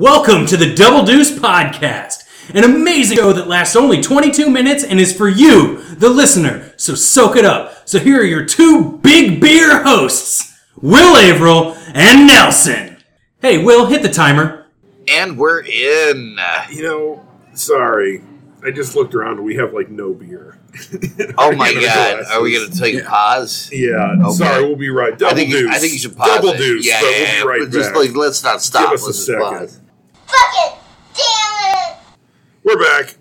Welcome to the Double Deuce Podcast, an amazing show that lasts only 22 minutes and is for you, the listener. So soak it up. So here are your two big beer hosts, Will Averill and Nelson. Hey, Will, hit the timer. And we're in. You know, sorry. I just looked around. We have like no beer. Oh my god. Are we going to take a pause? Yeah. Okay. Sorry, we'll be right. Double I think deuce. I think you should pause. Double it. deuce. Yeah, but yeah, yeah, we'll be but right just back. like let's not stop. Give us a let's just second. pause. Fucking damn it! We're back.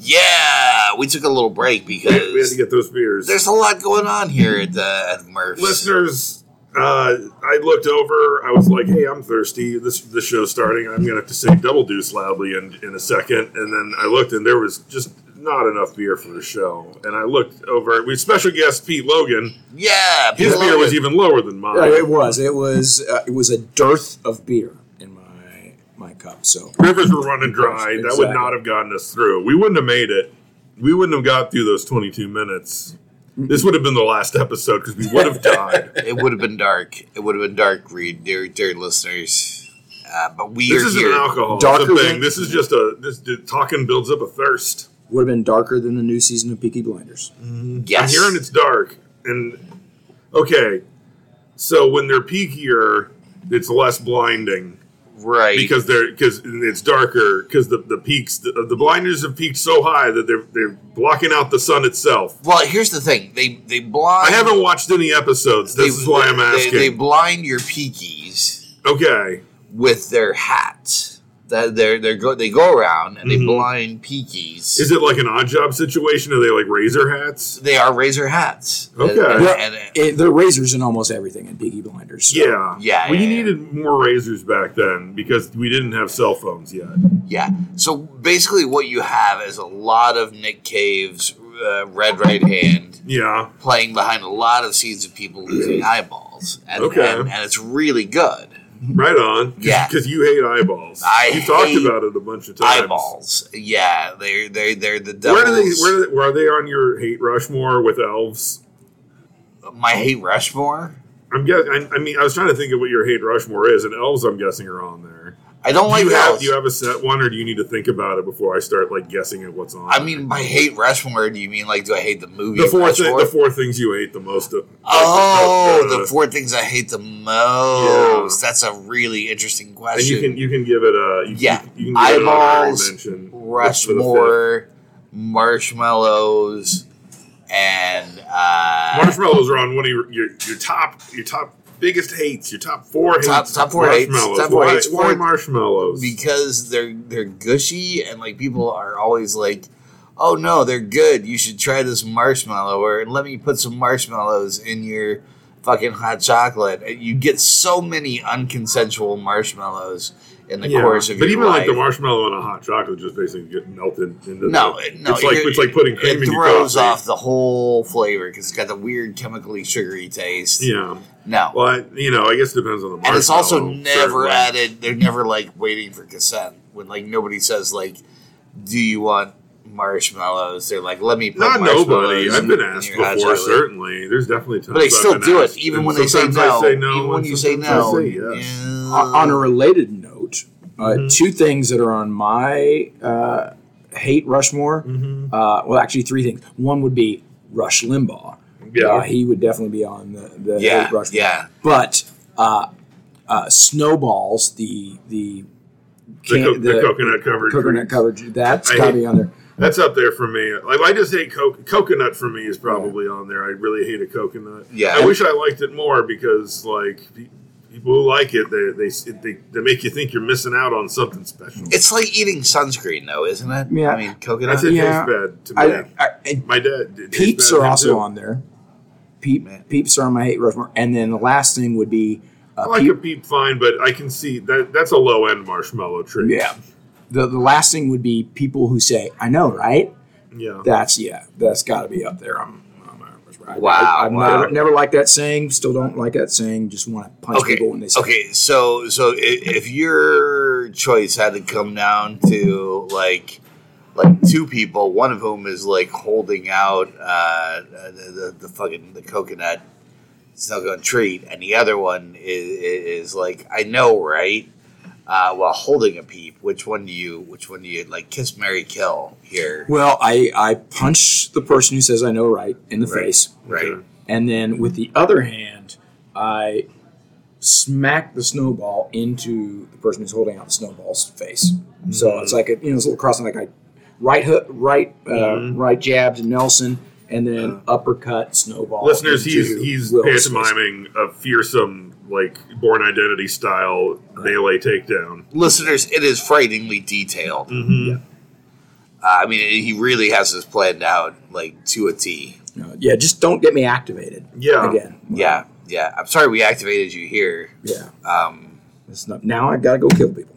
Yeah, we took a little break because We had to get those beers. there's a lot going on here at the at Murph's. Listeners, uh, I looked over. I was like, "Hey, I'm thirsty. This the show's starting. I'm gonna have to say double deuce loudly in in a second. And then I looked, and there was just not enough beer for the show. And I looked over. We had special guest Pete Logan. Yeah, His Bill beer was Logan. even lower than mine. Yeah, it was. It was. Uh, it was a dearth of beer in my my cup. So rivers were running dry. That would Exactly. not have gotten us through. We wouldn't have made it. We wouldn't have got through those 22 minutes. This would have been the last episode because we would have died. It would have been dark. It would have been dark, Reed, dear dear listeners. Uh, but we this are isn't here. alcohol. Darker It's a thing. than- This is just a this dude, talking builds up a thirst. would have been darker than the new season of Peaky Blinders. Yes, I'm hearing it's dark. And okay, so when they're peakier, it's less blinding right because they're because it's darker because the, the peaks the, the blinders have peaked so high that they're they're blocking out the sun itself. well, here's the thing. They they blind. I haven't watched any episodes. This they- is why I'm they- asking. They, blind your peakies. Okay. with their hats. That they're they go they go around and they Mhm. blind peakies. Is it like an odd job situation? Are they like razor hats? they are razor hats. Okay. And- and- Yeah. and- and- Uh, It, there are razors in almost everything in Peaky Blinders. So Yeah. Yeah, We yeah, yeah. needed more razors back then because we didn't have cell phones yet. yeah. So basically, what you have is a lot of Nick Cave's uh, red right hand Yeah. playing behind a lot of scenes of people losing eyeballs, and, Okay. and, and it's really good. Right on. Yeah. Because you hate eyeballs. I you talked hate about it a bunch of times. Eyeballs, yeah, they're they they're the Where do they? devil's- Where, do they, where are they on your hate Rushmore with elves? my hate Rushmore. I'm guess. I, I mean, I was trying to think of what your hate Rushmore is, and elves. I'm guessing are on there. I don't like do you have those. do you have a set one, or do you need to think about it before I start like guessing at what's on? I there? mean, by hate Rushmore, do you mean like do I hate the movie? the four thi- Rushmore? the four things you hate the most. Of, Oh, like, uh, the four things I hate the most. That's a really interesting And you question. can you can give it a you, Yeah. you can give it an honorary Eyeballs, mention. That's for the Rushmore, marshmallows, and uh, fifth. Marshmallows are on one of your, your your top your top biggest hates your top four hates Top- top four hates, marshmallows. top four why, hates, why four- marshmallows because they're they're gushy and like people are always like, oh no, they're good. You should try this marshmallow, or let me put some marshmallows in your fucking hot chocolate. And You get so many unconsensual marshmallows in the Yeah. course of but your even life. like the marshmallow on a hot chocolate just basically get melted into No, the, it- no, it's like you're- it's like putting it cream in your throws coffee. off the whole flavor because it's got the weird chemically sugary taste. yeah No, well I, you know I guess it depends on the marshmallow and it's also never certainly. added. They're never like waiting for consent when like nobody says like, "Do you want marshmallows?" They're like, "Let me put Not marshmallows." nobody. I've in- been in asked your hot before, chocolate." certainly. There's definitely times. but they I've still been do asked, it even and when they say sometimes no. I say no. even when and you say sometimes no, I say yes. yeah. O- Uh, on a related note, uh, two things that are on my uh, hate Rushmore. Uh, well, actually, three things. One would be Rush Limbaugh. Yeah. Uh, he would definitely be on the, the yeah, hate Rushmore. yeah. But uh, uh, snowballs the the. The, can- co- the, coconut covered. coconut coverage. That's I got to hate- be on there. That's up there for me. Like I just hate co- coconut. For me is probably on there. I really hate a coconut. Yeah. I wish I liked it more because like pe- people who like it, they they they, they make you think you're missing out on something special. It's like eating sunscreen, though, isn't it? Yeah. I mean, coconut. That's it. Yeah. Tastes bad to I, me. I, I, My dad. it tastes peeps bad to are him, also too. on there. Peep, peeps are on my hate Rushmore, and then the last thing would be uh, I like peep- a peep fine, but I can see that that's a low end marshmallow treat. yeah. The the last thing would be people who say, "I know, right?" yeah. That's yeah, that's got to be up there. I'm, I'm, i Wow, I, I've wow. never, never liked that saying. Still don't like that saying. Just want to punch people when they say. okay so so i- if your choice had to come down to like like two people one of whom is like holding out uh the, the, the fucking the coconut snuggle and treat and the other one is, is like i know right uh, while holding a peep. Which one do you? Which one do you like? Kiss, Mary, kill here. Well, I, I punch the person who says I know right in the Right. face. Right. And then with the other hand, I smack the snowball into the person who's holding out the snowball's face. Mm. So it's like a you know, it's a little crossing like I right hook, right, uh, Mm-hmm. right jab to Nelson, and then uppercut snowball. Uh-huh. Listeners, into he's he's Will Smith. pantomiming a fearsome, like born identity style melee takedown. Listeners, it is frighteningly detailed. Mm. Mm-hmm. Uh, I mean, he really has this planned out like to a T. No, yeah, just don't get me activated. Yeah. Again. Yeah, yeah. I'm sorry we activated you here. Yeah. Um, It's not, now I gotta go kill people.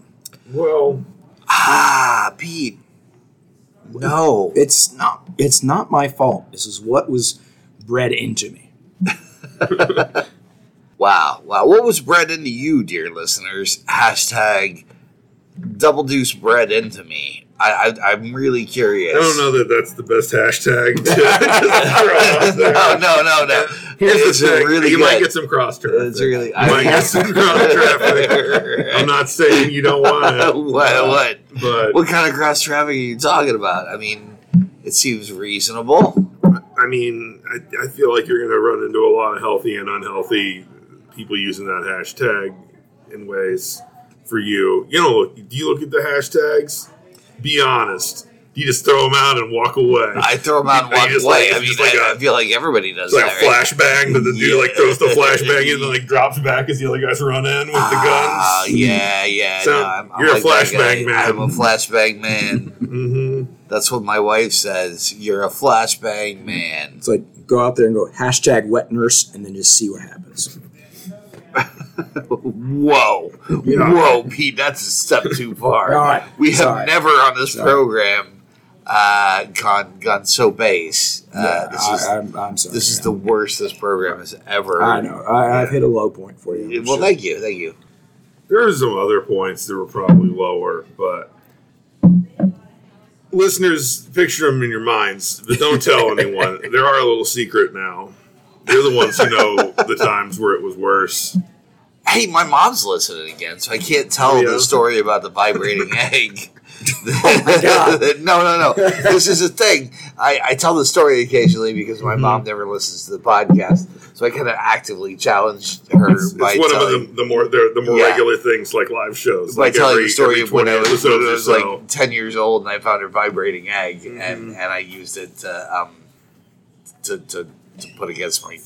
Well, ah, Pete. No. It's not it's not my fault. This is what was bred into me. Wow, wow. What was bred into you, dear listeners? Hashtag double deuce bred into me. I, I, I'm really curious. I don't know that that's the best hashtag. to throw out there. no, no, no, no. Here's it's the thing. really you might good. get some cross traffic. It's really. you might get some cross traffic. I'm not saying you don't want it. what? What? But What kind of cross traffic are you talking about? I mean, it seems reasonable. I mean, I, I feel like you're going to run into a lot of healthy and unhealthy people using that hashtag in ways for you. You know, look, do you look at the hashtags? Be honest. Do you just throw them out and walk away? I throw them out and Are you walk just away. like- I it's mean, just like I, a- I feel like everybody does It's like a that. right? flashbang that the dude like Yeah. throws the flashbang in and like drops back as the other guys run in with the Ah, guns. yeah, yeah. So, no, I'm, I'm you're a like that flashbang guy. man. I'm a flashbang man. hmm That's what my wife says. You're a flashbang man. It's like go out there and go hashtag wet nurse and then just see what happens. Whoa. Yeah. Whoa, Pete, that's a step too far. All right. We have Sorry. never on this Sorry. program uh, gone gone so base. Uh, Yeah, this I, is I'm, I'm sorry. this is yeah. the worst this program has ever. I know. I, I've hit a low point for you. I'm Well, sure. thank you, thank you. There are some other points that were probably lower, but listeners, picture them in your minds, but don't tell anyone. There are a little secret now. They're the ones who know the times where it was worse. Hey, my mom's listening again, so I can't tell Oh, yeah. Oh, the story about the vibrating egg. God. no, no, no. This is a thing. I, I tell the story occasionally because my Mm-hmm. mom never listens to the podcast, so I kind of actively challenge her It's by one telling, of the, the more the, the more Yeah. regular things like live shows. by telling the story every of when I 20 was, when episodes I or was so. Mm-hmm. like ten years old and I found her vibrating egg, and, and I used it to, um, to, to to put against my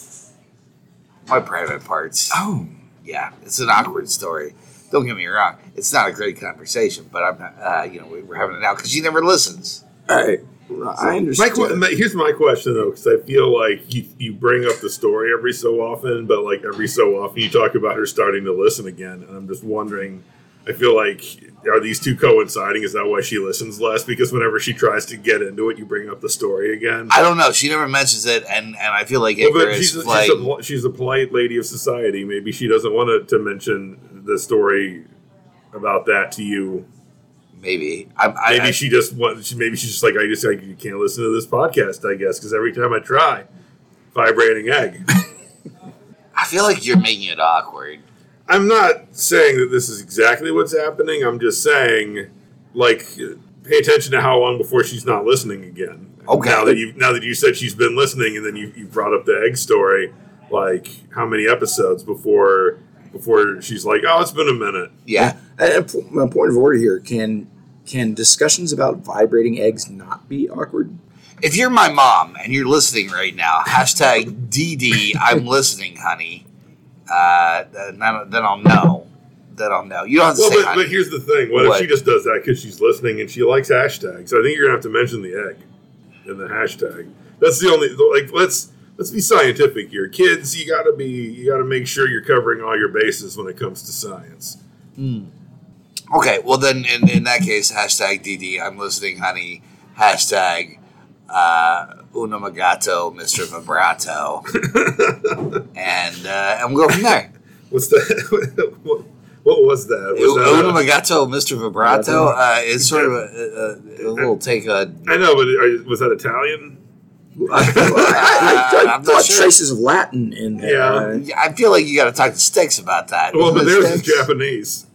my private parts. Oh, yeah, it's an awkward story. Don't get me wrong; it's not a great conversation, but I'm not. Uh, you know, we- we're having it now because she never listens. I, I My, understand. que- my- here's my question though, because I feel like you, you bring up the story every so often, but like every so often you talk about her starting to listen again, and I'm just wondering. I feel like are these two coinciding? Is that why she listens less? Because whenever she tries to get into it, you bring up the story again. I don't know. She never mentions it, and and I feel like Well, it but was she's, a, she's, like a, pol- she's a polite lady of society. Maybe she doesn't want to, to mention the story about that to you. maybe. I, I, Maybe I- she just wants. she- Maybe she's just like I just like you can't listen to this podcast. I guess because every time I try, vibrating egg. I feel like you're making it awkward. I'm not saying that this is exactly what's happening. I'm just saying, like, pay attention to how long before she's not listening again. Okay. Now that you now that you said she's been listening, and then you, you brought up the egg story, like how many episodes before before she's like, oh, it's been a minute. Yeah, Uh, p- my point of order here can can discussions about vibrating eggs not be awkward? if you're my mom and you're listening right now, hashtag DD, I'm listening, honey. Uh, then, I'll- then I'll know. Then I'll know. You don't have to Well, say but, honey. but here's the thing: what, What? if she just does that because she's listening and she likes hashtags? I think you're gonna have to mention the egg and the hashtag. That's the only like. Let's let's be scientific here, kids. You gotta be. You gotta make sure you're covering all your bases when it comes to science. Okay, well then, in, in that case, hashtag DD, I'm listening, honey. Hashtag uh, Unamagato, Mr. Vibrato, and uh, and we'll go from there. What's that? what, what was that? Was that a- Unamagato, Mr. Vibrato uh, is sort of a, a, a little take on. I know, but are, was that Italian? I, I I'm not thought sure. traces of Latin in there. Yeah. I feel like you got to talk to Sticks about that. Well, but Isn't it theirs is Sticks? Japanese.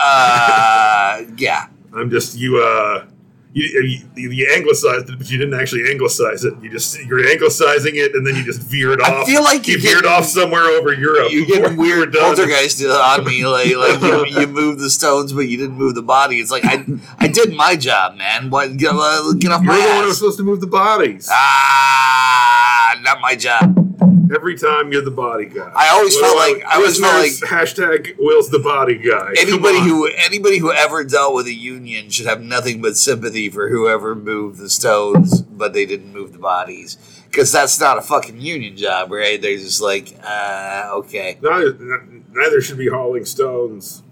Uh, yeah. I'm just you. Uh, you, you, you anglicized it, but you didn't actually anglicize it. You just you're anglicizing it, and then you just veered I off. feel like you you're veered getting- off somewhere over Europe. You're before getting we were weird done. poltergeist on me. Like, like you, you moved the stones, but you didn't move the body. It's like I, I did my job, man. What? Get, uh, get off You're my the one who's ass. supposed to move the bodies. Ah, not my job. Every time you're the body guy. I always felt like- I always felt listeners, hashtag Will's the body guy. Come Anybody on. who anybody who ever dealt with a union should have nothing but sympathy for whoever moved the stones, but they didn't move the bodies because that's not a fucking union job, right? They're just like, uh, okay, neither, neither should be hauling stones.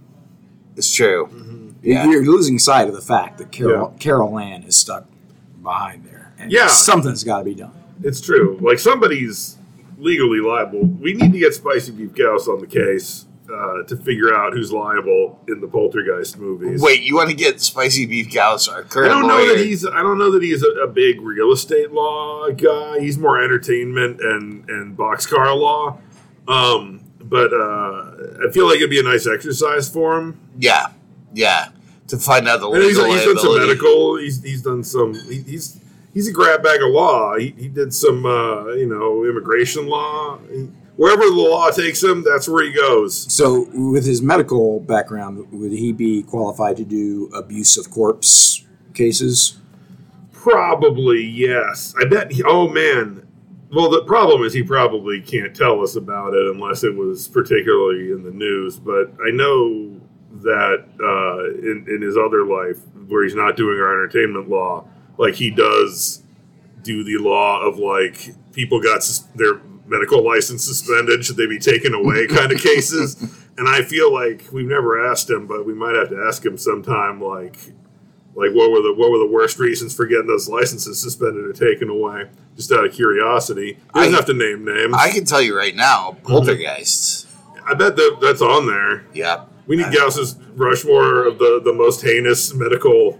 it's true. Yeah. You're losing sight of the fact that Carol, Yeah. Carol Ann is stuck behind there. And Yeah. something's got to be done. It's true. Like somebody's legally liable. We need to get Spicy Beef Gauss on the case uh, to figure out who's liable in the Poltergeist movies. Wait, you want to get spicy beef cows? Our I current don't know lawyer. that he's. I don't know that he's a, a big real estate law guy. He's more entertainment and and boxcar law. Um, but uh, I feel like it'd be a nice exercise for him. Yeah, yeah. To find out the I know he's, legal he's done some liability. medical. He's, he's done some. He, he's he's a grab bag of law. He, he did some, uh, you know, immigration law. He- wherever the law takes him, that's where he goes. So, with his medical background, would he be qualified to do abuse of corpse cases? Probably yes. I bet. He, oh man. Well, the problem is he probably can't tell us about it unless it was particularly in the news. But I know that uh, in, in his other life, where he's not doing our entertainment law, like he does do the law of like people got sus- their medical license suspended, should they be taken away kind of cases. And I feel like we've never asked him, but we might have to ask him sometime. Like, like what were the what were the worst reasons for getting those licenses suspended or taken away? Just out of curiosity, he doesn't I- have to name names. I can tell you right Mhm. now, poltergeists. I bet that that's on there. Yeah. We need Gauss's Rushmore of the, the most heinous medical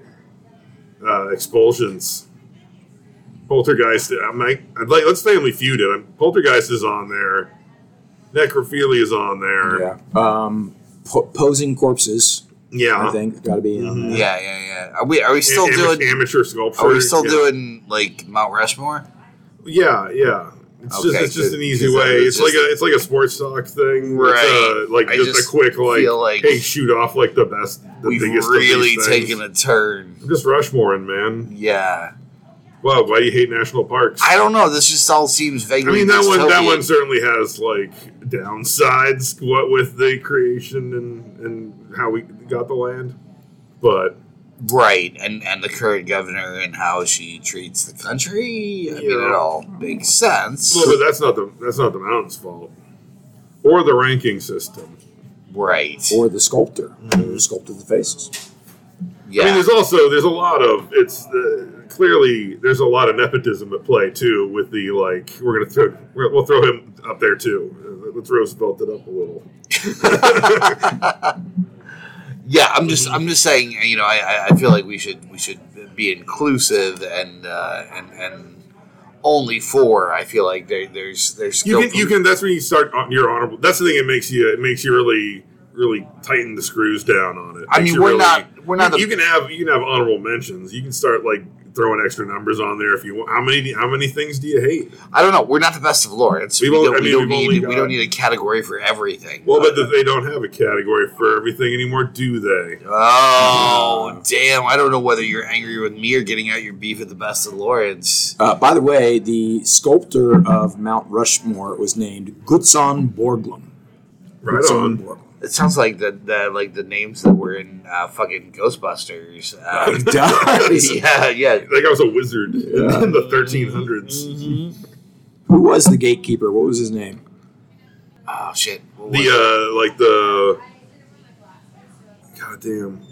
uh, expulsions. Poltergeist, I might, I'd like, let's family feud it. I'm, Poltergeist is on there. Necrophilia is on there. Um, po- posing corpses, Yeah. I think, got to be in on that. Yeah, yeah, yeah. Are we are we still Am- amateur, doing amateur sculpture. are we still yeah. doing like Mount Rushmore? Yeah, yeah. It's Okay, just it's just good, an easy 'cause that way. was It's like just- a it's like a sports talk thing. Right. It's a, like I just, just a quick like, feel like hey shoot off like the best the We've biggest of really these things. taken a turn. I'm just Rushmoreing, man. Yeah. Wow, why do you hate national parks? I don't know. This just all seems I vaguely. mean that one that dystopian. one certainly has like downsides what with the creation and and how we got the land. But right, and and the current governor and how she treats the country. I mean, it Yeah. all makes sense. well, but that's not the that's not the mountain's fault. Or the ranking system. Right. Or the sculptor, Mm-hmm. who sculpted the faces. Yeah. I mean, there's also there's a lot of it's uh, clearly there's a lot of nepotism at play too with the like we're gonna throw we're, we'll throw him up there too. Uh, Let's Roosevelt it up a little. Yeah, I'm just Mm-hmm. I'm just saying, uh, you know, I- I, I feel like we should we should be inclusive and uh, and and only for I feel like there, there's there's You scope can you for- can that's when you start on your honorable. That's the thing it makes you it makes you really really tighten the screws down on it. I Makes mean, you we're really- not- we're not You, a- you can have you can have honorable mentions. You can start like throwing extra numbers on there if you want. How many how many things do you hate? I don't know. We're not the best of laureates. We We've don't, only- I we mean, don't we've need only we got- don't need a category for everything. Well, but they don't have a category for everything anymore, do they? oh damn! I don't know whether you're angry with me or getting out your beef at the best of laureates. Uh, by the way, the sculptor of Mount Rushmore was named Gutzon Borglum. Right Gutzon on. Borglum. It sounds like the, the like the names that were in uh, fucking Ghostbusters. Uh, Does- yeah, yeah. Like I was a wizard Yeah. in the 1300s. Mm-hmm. Who was the gatekeeper? What was his name? Oh shit! What was The uh, like the goddamn.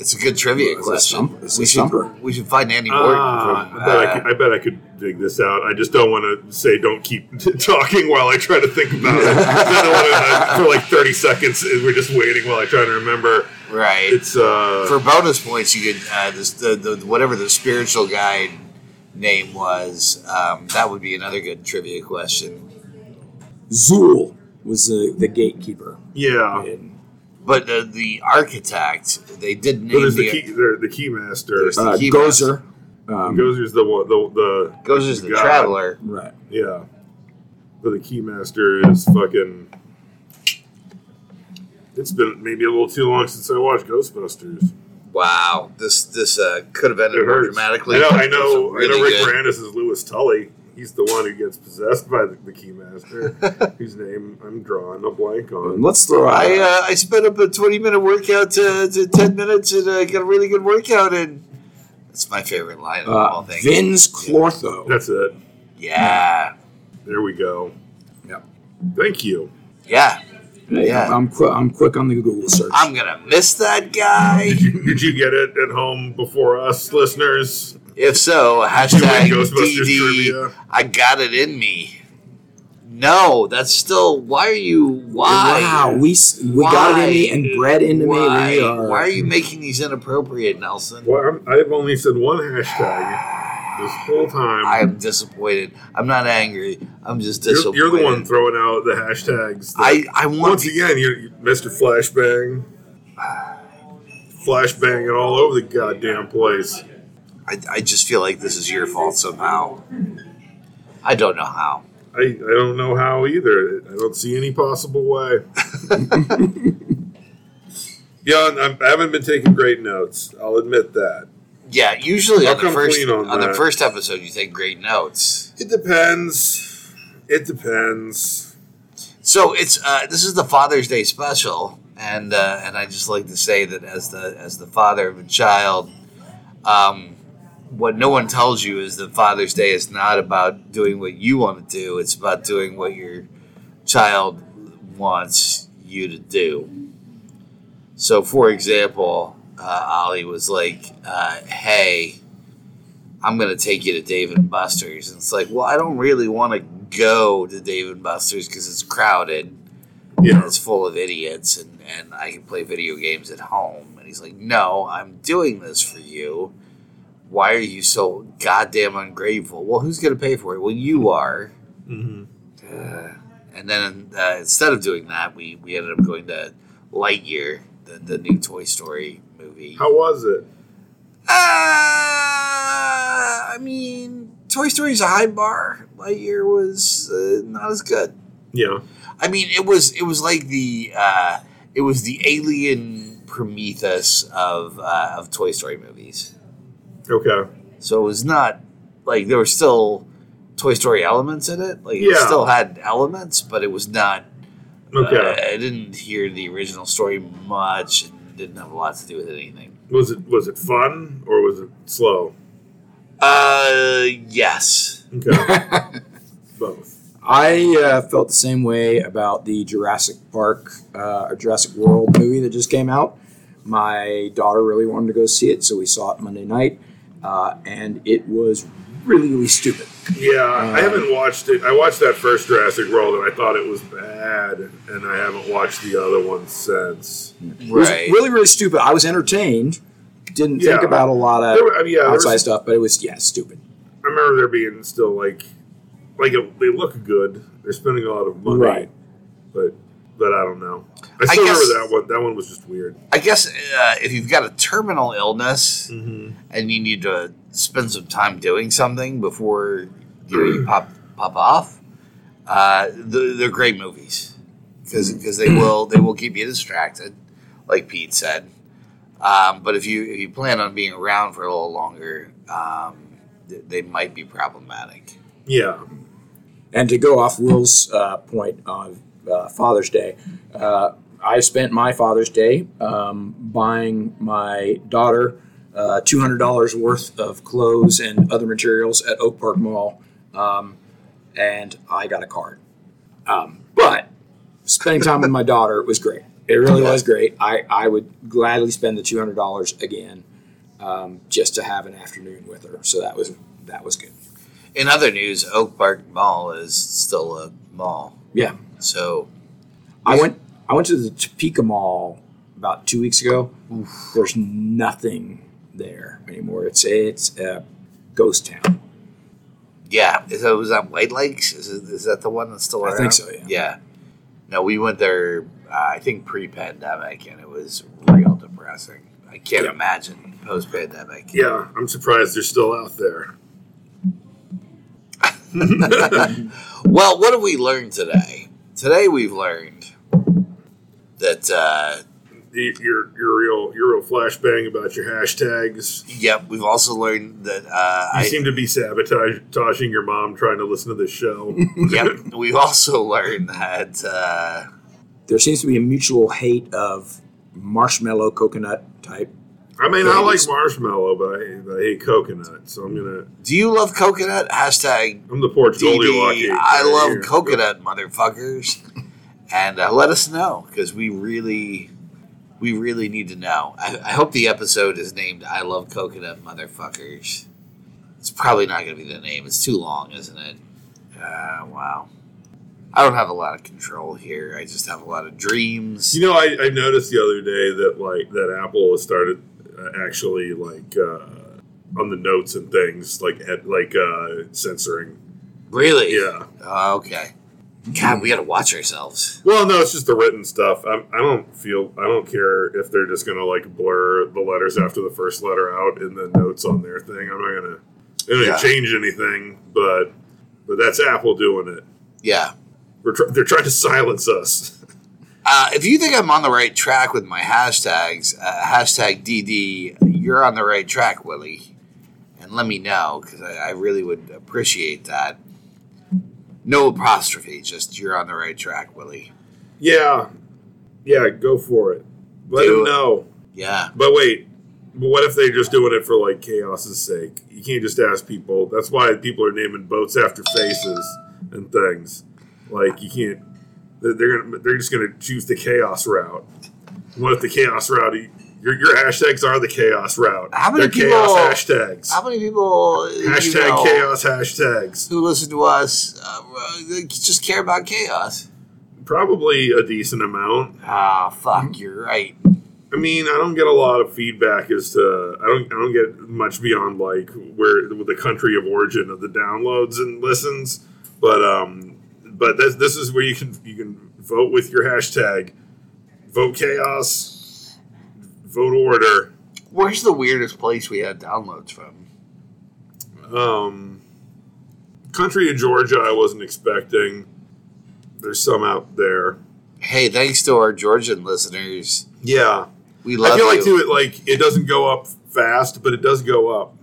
It's a good trivia It's a question. stump- it's a we, stumper. should, we should find Andy Morton. Ah, from, I, bet I, uh, could, I bet I could dig this out. I just don't want to say don't keep talking while I try to think about it. I don't wanna- I- for like 30 seconds, uh, we're just waiting while I try to remember. right. It's uh, For bonus points, you could uh, this, the, the whatever the spiritual guide name was. Um, that would be another good trivia question. Zool was the, the gatekeeper. yeah. in But the, the architect, they did But name there's the the, key, there, the key master. There's the Uh, key Gozer. Um, Gozer's the one, the, the goes as the God. traveler. Right. yeah. But the key master is fucking. It's been maybe a little too long since I watched Ghostbusters. Wow, this this uh, could have ended It more hurts. dramatically. I know. I It was know, I really know Rick good. Moranis is Lewis Tully. He's the one who gets possessed by the, the key master, whose name I'm drawing a blank on. And let's throw out. I uh, I sped up a twenty minute workout to, to ten minutes and uh, got a really good workout and that's my favorite line of uh, all things. Vins Clortho. That's it. Yeah, There we go. Yep. Thank you. yeah. Hey, Yeah. I'm, qu- I'm quick on the Google search. I'm gonna miss that guy. Did you, did you get it at home before us, listeners? If so, Did you win hashtag Ghostbusters DD. trivia? I got it in me. No, that's still. Why are you? Why? wow, we s- we got it in me and bred into why? me. We are. Why are you making these inappropriate, Nelson? Well, I'm, I've only said one hashtag this whole time. I am disappointed. I'm not angry. I'm just you're, disappointed. you're the one throwing out the hashtags. that- I I want once to. again, you're you're Mr. Flashbang, flashbanging all over the goddamn place. I, I just feel like this is your fault somehow. I don't know how. I, I don't know how either. I don't see any possible way. yeah, and I'm, I haven't been taking great notes. I'll admit that. Yeah, usually I'll on the come first clean on on, the that. first episode you take great notes. It depends. It depends. So it's uh, this is the Father's Day special, and uh, and I just like to say that as the as the father of a child, um, what no one tells you is that Father's Day is not about doing what you want to do. It's about doing what your child wants you to do. So, for example, uh, Ollie was like, uh, "Hey, I'm going to take you to Dave and Buster's," and it's like, "Well, I don't really want to go to Dave and Buster's because it's crowded." and Yeah. it's full of idiots and, and I can play video games at home. And he's like, No, I'm doing this for you. Why are you so goddamn ungrateful? Well, who's going to pay for it? Well, you are. hmm And then uh, instead of doing that, we, we ended up going to Lightyear, the, the new Toy Story movie. How was it? Uh, Ah, I mean, Toy Story's a high bar. Lightyear was uh, not as good. Yeah. I mean, it was it was like the uh, it was the alien Prometheus of uh, of Toy Story movies. Okay. So it was not like there were still Toy Story elements in it. Like it Yeah. still had elements, but it was not. Okay. Uh, I didn't hear the original story much, and didn't have a lot to do with anything. was it was it fun or was it slow? Uh, yes. Okay. Both. I uh, felt the same way about the Jurassic Park uh, or Jurassic World movie that just came out. My daughter really wanted to go see it, so we saw it Monday night, uh, and it was really, really stupid. Yeah, I haven't watched it. I watched that first Jurassic World and I thought it was bad, and I haven't watched the other one since. It was Right. really, really stupid. I was entertained. Didn't think Yeah. about a lot of There were- I mean, yeah, there outside was- stuff, but it was yeah, stupid. I remember there being still like, like it, they look good. They're spending a lot of money, Right. But but I don't know. I still guess- remember that one. That one was just weird. I guess uh, if you've got a terminal illness Mm-hmm. and you need to spend some time doing something before you, know, you pop pop off, uh, they're, they're great movies because they will they will keep you distracted, like Pete said. Um, but if you if you plan on being around for a little longer, um, th- they might be problematic. Yeah. And to go off Will's uh, point on uh, Father's Day, uh, I spent my Father's Day um, buying my daughter uh, $200 worth of clothes and other materials at Oak Park Mall, um, and I got a card. Um, but spending time with my daughter was great. It really was great. I, I would gladly spend the $200 again um, just to have an afternoon with her. So that was that was good. In other news, Oak Park Mall is still a mall, Yeah. so I went I went to the Topeka Mall about two weeks ago. There's nothing there anymore. It's it's a ghost town. yeah. Is that was that White Lakes? Is, it, is that the one that's still I around? think so, yeah. Yeah. No, we went there. Uh, I think pre-pandemic, and it was real depressing. I can't Yeah. imagine post-pandemic. Yeah, I'm surprised they're still out there. Well, what have we learned today? Today we've learned that. Uh, The, your your real your real flashbang about your hashtags. yep, we've also learned that. Uh, You I, seem to be sabotaging your mom trying to listen to this show. yep, we've also learned that. Uh, There seems to be a mutual hate of marshmallow coconut type. I mean, I like marshmallow, but I, but I hate coconut, so I'm gonna. do you love coconut? Hashtag I'm the poor Goldilocks. DD, I love coconut, motherfuckers. And uh, let us know because we really, we really need to know. I, I hope the episode is named "I Love Coconut, Motherfuckers." It's probably not going to be the name. It's too long, isn't it? Uh, wow. I don't have a lot of control here. I just have a lot of dreams. You know, I, I noticed the other day that like that Apple has started uh, actually like uh, on the notes and things like ed, like uh, censoring. really? Yeah. Oh, okay. God, we got to watch ourselves. Well, no, it's just the written stuff. I'm, I don't feel I don't care if they're just gonna like blur the letters after the first letter out in the notes on their thing. I'm not gonna it doesn't Yeah. change anything, but but that's Apple doing it. Yeah. We're tr- they're trying to silence us. Uh, if you think I'm on the right track with my hashtags, uh, hashtag DD, you're on the right track, Willie. And let me know because I, I really would appreciate that. No apostrophe, just you're on the right track, Willie. yeah, yeah, go for it. Let Do them it. know. Yeah, But wait, but what if they're just doing it for like chaos's sake? You can't just ask people. That's why people are naming boats after faces and things. Like you can't. They're they're, gonna, they're just going to choose the chaos route. What if the chaos route? Your, your hashtags are the chaos route. How many they're chaos people- hashtags. how many people uh, you Hashtag know, chaos hashtags. who listen to us uh, uh, they just care about chaos? Probably a decent amount. Ah, Mm-hmm. fuck, you're right. I mean, I don't get a lot of feedback as to I don't I don't get much beyond like where the country of origin of the downloads and listens, but um, but this this is where you can you can vote with your hashtag, vote chaos, vote order. Where's the weirdest place we had downloads from? Um, country of Georgia, I wasn't expecting. There's some out there. Hey, thanks to our Georgian listeners. Yeah, We love I feel you. like too it like it doesn't go up fast, but it does go up.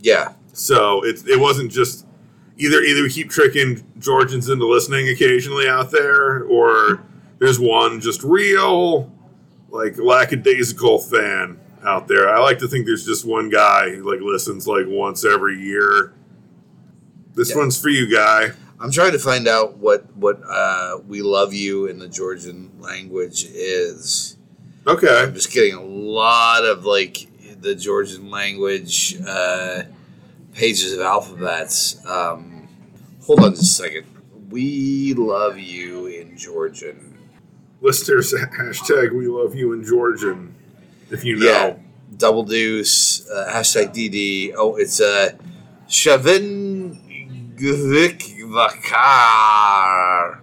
yeah. So it, it wasn't just either either we keep tricking Georgians into listening occasionally out there, or there's one just real like lackadaisical fan out there. I like to think there's just one guy who like listens like once every year. This Yeah. one's for you, guy. I'm trying to find out what what uh, "We love you" in the Georgian language is. I'm Okay. just getting a lot of like the Georgian language uh, pages of alphabets. Um, hold on just a second. We love you in Georgian. Listeners hashtag we love you in Georgian. If you know. double deuce uh, hashtag DD. Oh, it's a uh, Shavin Gvikvakar.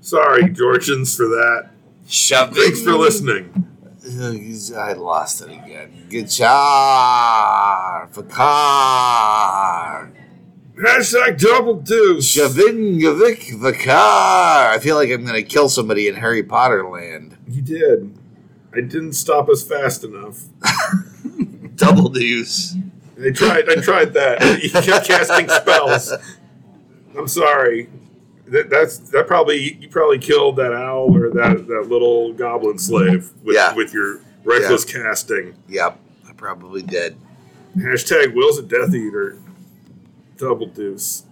Sorry, Georgians, for that. Shavin. Thanks for listening. I lost it again. Guitar, Vakar, Hashtag double deuce. Javingovic Vakar. I feel like I'm gonna kill somebody in Harry Potter land. You did. I didn't stop us fast enough. Double deuce. I tried. I tried that. You kept casting spells. I'm sorry. That, that's that probably you probably killed that owl or that, that little goblin slave with, Yeah. with your reckless casting. Yep, I probably did. Hashtag Will's a Death Eater. Double deuce.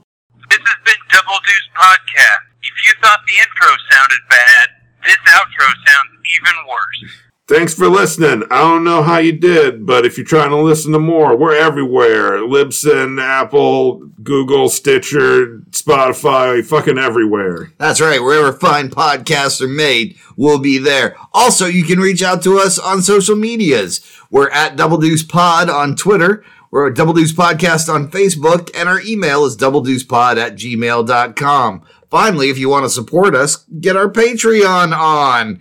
This has been Double Deuce Podcast. If you thought the intro sounded bad, this outro sounds even worse. Thanks for listening. I don't know how you did, but if you're trying to listen to more, we're everywhere. Libsyn, Apple, Google, Stitcher, Spotify, fucking everywhere. That's right. Wherever fine podcasts are made, we'll be there. Also, you can reach out to us on social medias. We're at Double Deuce Pod on Twitter. We're at Double Deuce Podcast on Facebook, and our email is doubledeucepod at gmail.com. Finally, if you want to support us, get our Patreon on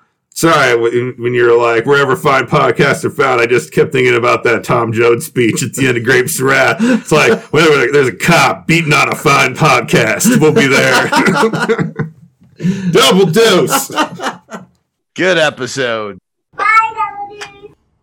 Sorry, when when you were like, wherever fine podcasts are found, I just kept thinking about that Tom Jones speech at the end of Grapes of Wrath. It's like, whenever there's a cop beating on a fine podcast, we'll be there. Double deuce. Good episode.